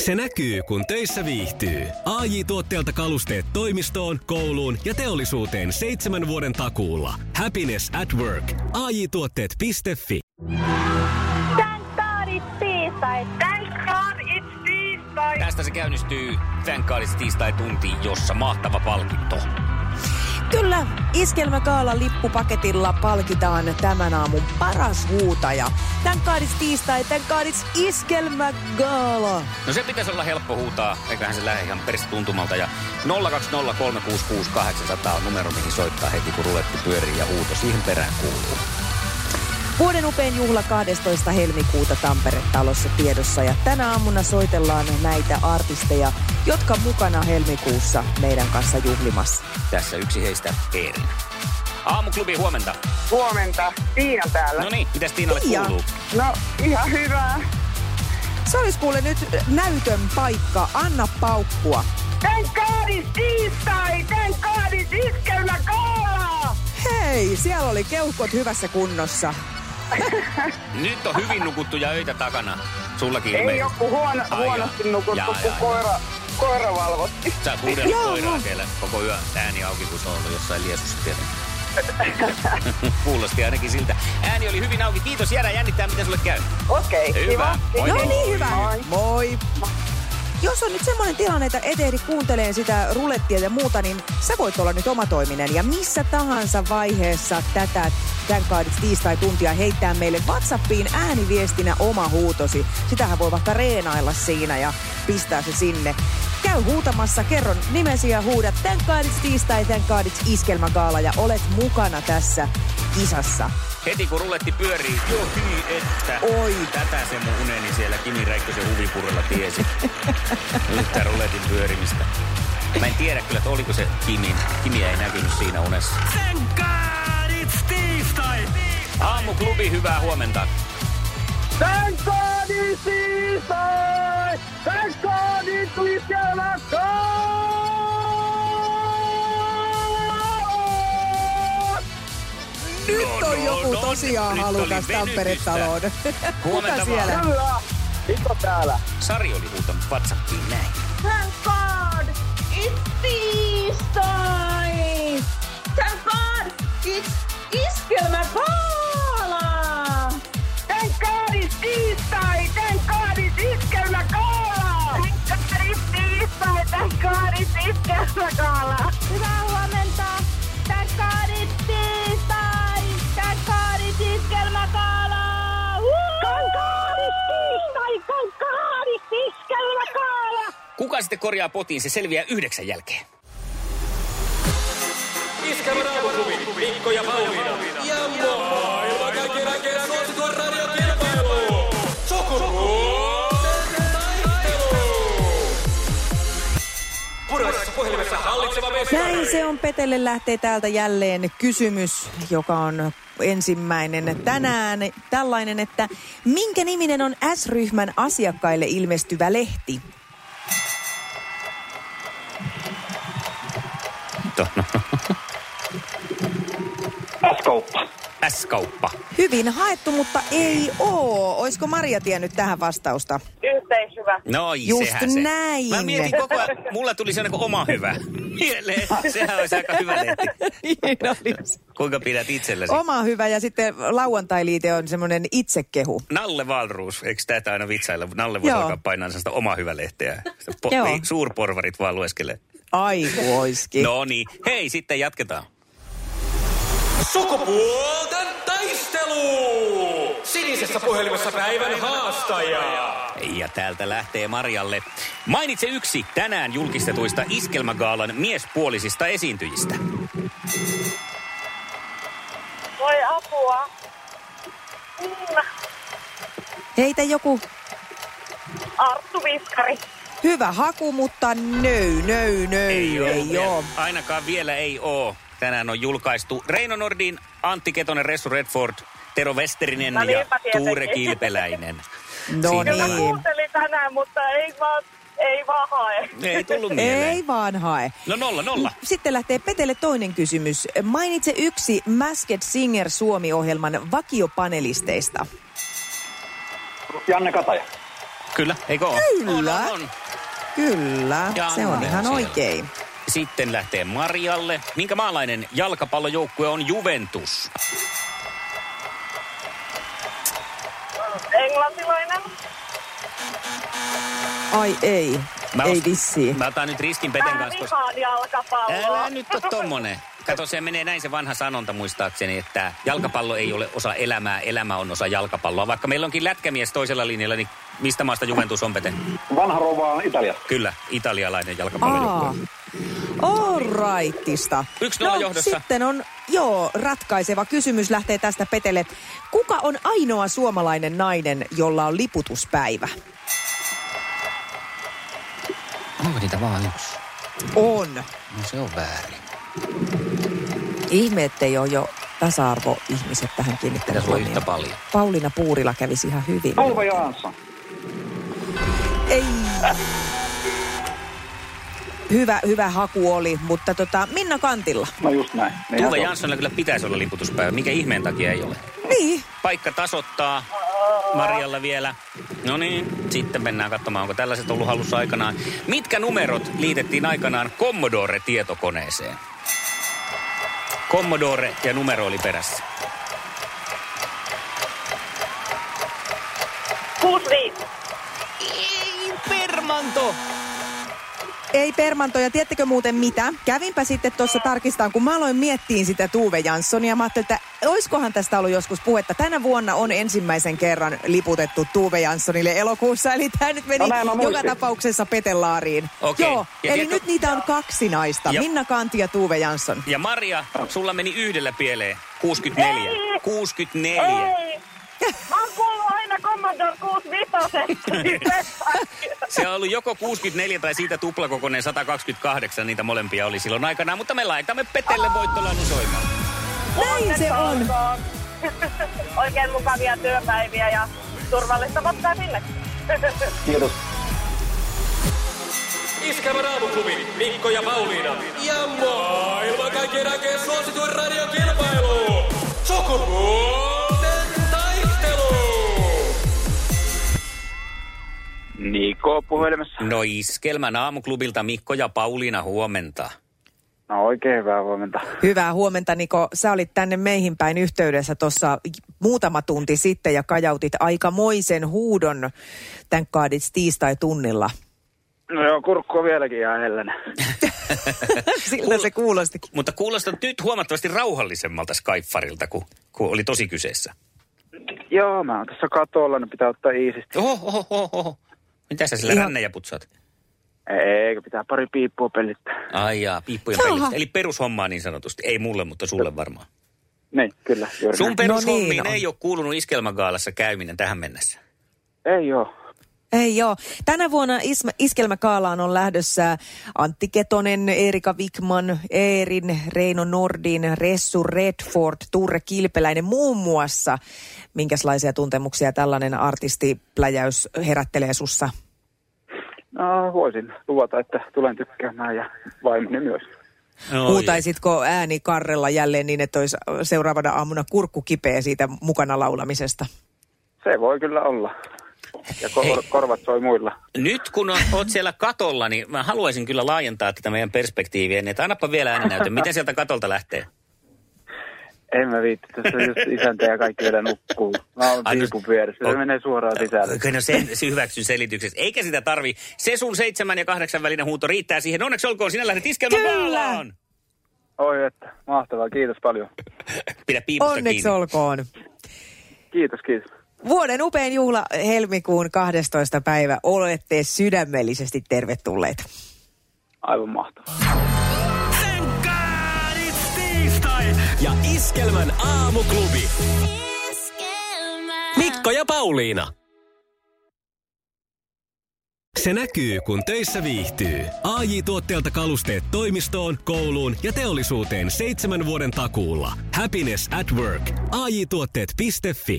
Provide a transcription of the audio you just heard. Se näkyy, kun töissä viihtyy. ai tuotteelta kalusteet toimistoon, kouluun ja teollisuuteen seitsemän vuoden takuulla. Happiness at work. ai tuotteetfi Thank God it's tiistai. Thank God it's tiistai. Tästä se käynnistyy Thank God It's tiistai-tunti, jossa mahtava palkinto. Kyllä, Iskelmäkaala lippupaketilla palkitaan tämän aamun paras huutaja. Tän kaadits tiistai, tän kaadits Iskelmäkaala. No se pitäisi olla helppo huutaa, eiköhän se lähde ihan perisetuntumalta. Ja 020366800 on numero, mihin soittaa heti, kun ruletti pyörii ja huuto siihen perään kuuluu. Vuoden upein juhla 12. helmikuuta Tampere-talossa tiedossa ja tänä aamuna soitellaan näitä artisteja, jotka on mukana helmikuussa meidän kanssa juhlimassa. Tässä yksi heistä Eerin. Aamuklubi huomenta. Huomenta. Tiina täällä. No niin, mitäs Tiinalle Tiia. kuuluu? No, ihan hyvää. Se olisi kuule nyt näytön paikka, anna paukkua. Thank God it's tiistai. Thank God it's iskelmä koolaa. Hei, siellä oli keuhkot hyvässä kunnossa. Nyt on hyvin nukuttuja öitä takana. Sullakin Ei ilmeisesti. joku huono, Ai huonosti jaa. nukuttu, Jaa, kun jaa, koira, koira valvotti. Sä oot huudellut Joo. koiraa siellä koko yön ääni auki, kun se on ollut jossain liesussa tietenkin. Kuulosti ainakin siltä. Ääni oli hyvin auki. Kiitos Jäädä jännittää, miten sulle käy. Okei, Hyvä. kiva. Moi. No niin, hyvä. Moi. Moi. Jos on nyt semmoinen tilanne, että et ehdi kuunteleen sitä rulettia ja muuta, niin sä voit olla nyt omatoiminen. Ja missä tahansa vaiheessa tätä tämän kaadit tiistai-tuntia heittää meille WhatsAppiin ääniviestinä oma huutosi. Sitähän voi vaikka reenailla siinä ja pistää se sinne. Käy huutamassa, kerron nimesi ja huudat tämän kaadit tiistai, tämän kaadit iskelmäkaala ja olet mukana tässä kisassa. Heti kun ruletti pyörii, joo hyi että. Oi. Tätä se mun uneni siellä Kimi Räikkösen huvipurrella tiesi. Yhtä ruletin pyörimistä. Mä en tiedä kyllä, että oliko se Kimi. Kimi ei näkynyt siinä unessa. Thank God it's tiistai! Aamuklubi, hyvää huomenta. Thank God it's tiistai. Thank God it's iskelmä koolaa. Nyt on no, joku no, taloon. nyt oli halukas venytystä. Tampere-taloon. Huomenta Kuka vaan. siellä? Kyllä. Mikko täällä. Sari oli huutanut WhatsAppiin näin. Thank God it's tiistai. Thank God it's iskelmä koolaa. Thank God it's tiistai. Thank God it's iskelmä koolaa. Thank God it's tiistai. Thank God it's iskelmä koolaa. Hyvää huomenta. Thank God it's tiistai. Thank God it's iskelmä koolaa. Thank God it's tiistai. Thank God it's iskelmä koolaa. Kuka sitten korjaa potiin, se selviää yhdeksän jälkeen. Näin se on. Petelle lähtee täältä jälleen kysymys, joka on ensimmäinen tänään. Tällainen, että minkä niminen on S-ryhmän asiakkaille ilmestyvä lehti? Vittu, no. S-kauppa. S-kauppa. Hyvin haettu, mutta ei oo. Oisko Maria tiennyt tähän vastausta? Yhteishyvä. No Just sehän se. näin. Mä mietin koko ajan, mulla tuli sellainen kuin oma hyvä mieleen. Sehän olisi aika hyvä lehti. Niin olisi. Kuinka pidät itselläsi? Oma hyvä ja sitten lauantailiite on semmoinen itsekehu. Nalle Valruus, eikö tätä aina vitsailla? Nalle voisi Joo. alkaa painaa sitä oma hyvä lehteä. Sitä Po- Joo. ei, suurporvarit vaan lueskelee. Aikuoiskin. No niin, hei sitten jatketaan. Sukupuolten taistelu! Sinisessä puhelimessa päivän haastaja. Ja täältä lähtee Marjalle. Mainitse yksi tänään julkistetuista Iskelmägaalan miespuolisista esiintyjistä. Voi apua. Mm, Minna. Heitä joku Arttu Viskari. hyvä haku, mutta nöy, nöy, nöy. ei vielä. oo. Ainakaan vielä ei oo. Tänään on julkaistu Reino Nordin, Antti Ketonen, Ressu Redford, Tero Westerinen No ja niinpä tietenkin. Tuure Kilpeläinen. No Siinä Kyllä tämä. Niin. kuuntelin tänään, mutta ei vaan, ei vaan hae. Ei tullut mieleen. Ei vaan hae. No nolla, nolla. Sitten lähtee Petelle toinen kysymys. Mainitse yksi Masked Singer Suomi-ohjelman vakiopanelisteista. Janne Kataja. Kyllä, eikö ole? Kyllä. On, on, on. Kyllä, Ja se on Anna ihan no, on siellä. oikein. Sitten lähtee Marjalle. Minkä maalainen jalkapallojoukkue on Juventus? Englantilainen. Ai ei, ei os- vissiin. Mä otan nyt riskin Peten Mä kanssa, koska... vihaan jalkapalloa. Älä nyt ole tommonen. Kato, se menee näin se vanha sanonta muistaakseni, että jalkapallo ei ole osa elämää, elämä on osa jalkapalloa. Vaikka meillä onkin lätkämies toisella linjalla, niin mistä maasta Juventus on, Pete? Vanha rouva on Italia. Kyllä, italialainen jalkapallojoukkue. Aa, alrightista. Yksi nolla no, johdossa. sitten on, joo, ratkaiseva kysymys lähtee tästä Petelle. Kuka on ainoa suomalainen nainen, jolla on liputuspäivä? Onko niitä vaan yksi? On. No se on väärin. Ihme, ettei ole jo tasa-arvo-ihmiset tähän kiinnittänyt Pitäisi olla yhtä huomiota. paljon. Paulina Puurila kävisi ihan hyvin. Tolva Jansson. Ei. Hyvä, hyvä haku oli, mutta tota, Minna Kantilla. No just näin. Niin Tuve se on. Janssonilla kyllä pitäisi olla liputuspäivä. Mikä ihmeen takia ei ole? Niin. Paikka tasoittaa. Marjalla vielä. No niin, sitten mennään katsomaan, onko tällaiset ollut hallussa aikanaan. Mitkä numerot liitettiin aikanaan Commodore-tietokoneeseen? Commodore ja numero oli perässä. 65. Ei, permanto! Ei permantoja, tiettekö muuten mitä? Kävinpä sitten tuossa tarkistaan, kun mä aloin miettiin sitä Tuve Janssonia. Mä ajattelin, että oiskohan tästä ollut joskus puhetta. Tänä vuonna on ensimmäisen kerran liputettu Tuve Janssonille elokuussa. Eli tämä nyt meni No näin mä muistin. joka tapauksessa petelaariin. Okei. Joo, Ja eli tieto- nyt niitä on kaksi naista. Ja- Minna Kanti ja Tuve Jansson. Ja Maria, sulla meni yhdellä pieleen. 64. Ei. 64. Ei. Mä oon kuullut aina Commodore 65. Se on ollut joko 64 tai siitä tuplakokoinen 128, niitä molempia oli silloin aikanaan, mutta me laitamme Petelle voittolaulu soimaan. Näin se on. Olkoon. Oikein mukavia työpäiviä ja turvallista matkaa sinne. Kiitos. Iskävän aamuklubi Mikko ja Pauliina. Ja maailman kaikkien aikeen suosituen radiokilpailu. Sukupuolten taistelu. Niko puhelimessa. No iskelmän aamuklubilta Mikko ja Pauliina huomenta. No oikein hyvää huomenta. Hyvää huomenta Niko. Sä olit tänne meihin päin yhteydessä tuossa muutama tunti sitten ja kajautit aikamoisen huudon tämän kaadits tiistai-tunnilla. No joo, kurkku on vieläkin ihan hellänä. Siltä se kuulosti. Mutta kuulostat nyt huomattavasti rauhallisemmalta Skyfarilta, kun, kun oli tosi kyseessä. joo, mä oon tässä katolla, niin pitää ottaa iisisti. Oho, oho, oho, oho. Mitä sä sillä Ihan- rännejä putsaat? Eikö, pitää pari piippua pellittää. Ai jaa, piippujen Jaha. No pelistä. Eli perushommaa niin sanotusti. Ei mulle, mutta sulle varmaan. Niin, kyllä. Juuri Sun näin. perushommiin niin on. ei ole kuulunut iskelmägaalassa käyminen tähän mennessä. Ei joo. Ei joo. Tänä vuonna isma, iskelmäkaalaan on lähdössä Antti Ketonen, Erika Wikman, Eerin, Reino Nordin, Ressu Redford, Turre Kilpeläinen muun muassa. Minkälaisia tuntemuksia tällainen artistipläjäys herättelee sussa? No voisin luvata, että tulen tykkäämään ja vaimoni myös. Oi. Huutaisitko ääni karrella jälleen niin, että olisi seuraavana aamuna kurkku kipeä siitä mukana laulamisesta? Se voi kyllä olla. Ja Hei. kor- korvat soi muilla. Nyt kun o- oot siellä katolla, niin mä haluaisin kyllä laajentaa tätä meidän perspektiiviä, niin että annapa vielä ääninäytön. Miten sieltä katolta lähtee? En mä viitti, tässä on just isäntä ja kaikki vielä nukkuu. Mä oon Ai, no- piipun vieressä, se o- menee suoraan sisälle. Okei, no sen se hyväksyn selityksestä. Eikä sitä tarvi. Se sun seitsemän ja kahdeksan välinen huuto riittää siihen. Onneksi olkoon, sinä lähdet iskelmään Kyllä. vallaan. Oi että, mahtavaa, kiitos paljon. Pidä piipusta Onneksi kiinni. olkoon. Kiitos, kiitos. Vuoden upein juhla helmikuun 12. päivä. Olette sydämellisesti tervetulleita. Aivan mahtavaa. Thank God it's tiistai! Ja Iskelmän aamuklubi. Mikko ja Pauliina. Se näkyy, kun töissä viihtyy. ai tuotteelta kalusteet toimistoon, kouluun ja teollisuuteen seitsemän vuoden takuulla. Happiness at work. AJ-tuotteet.fi.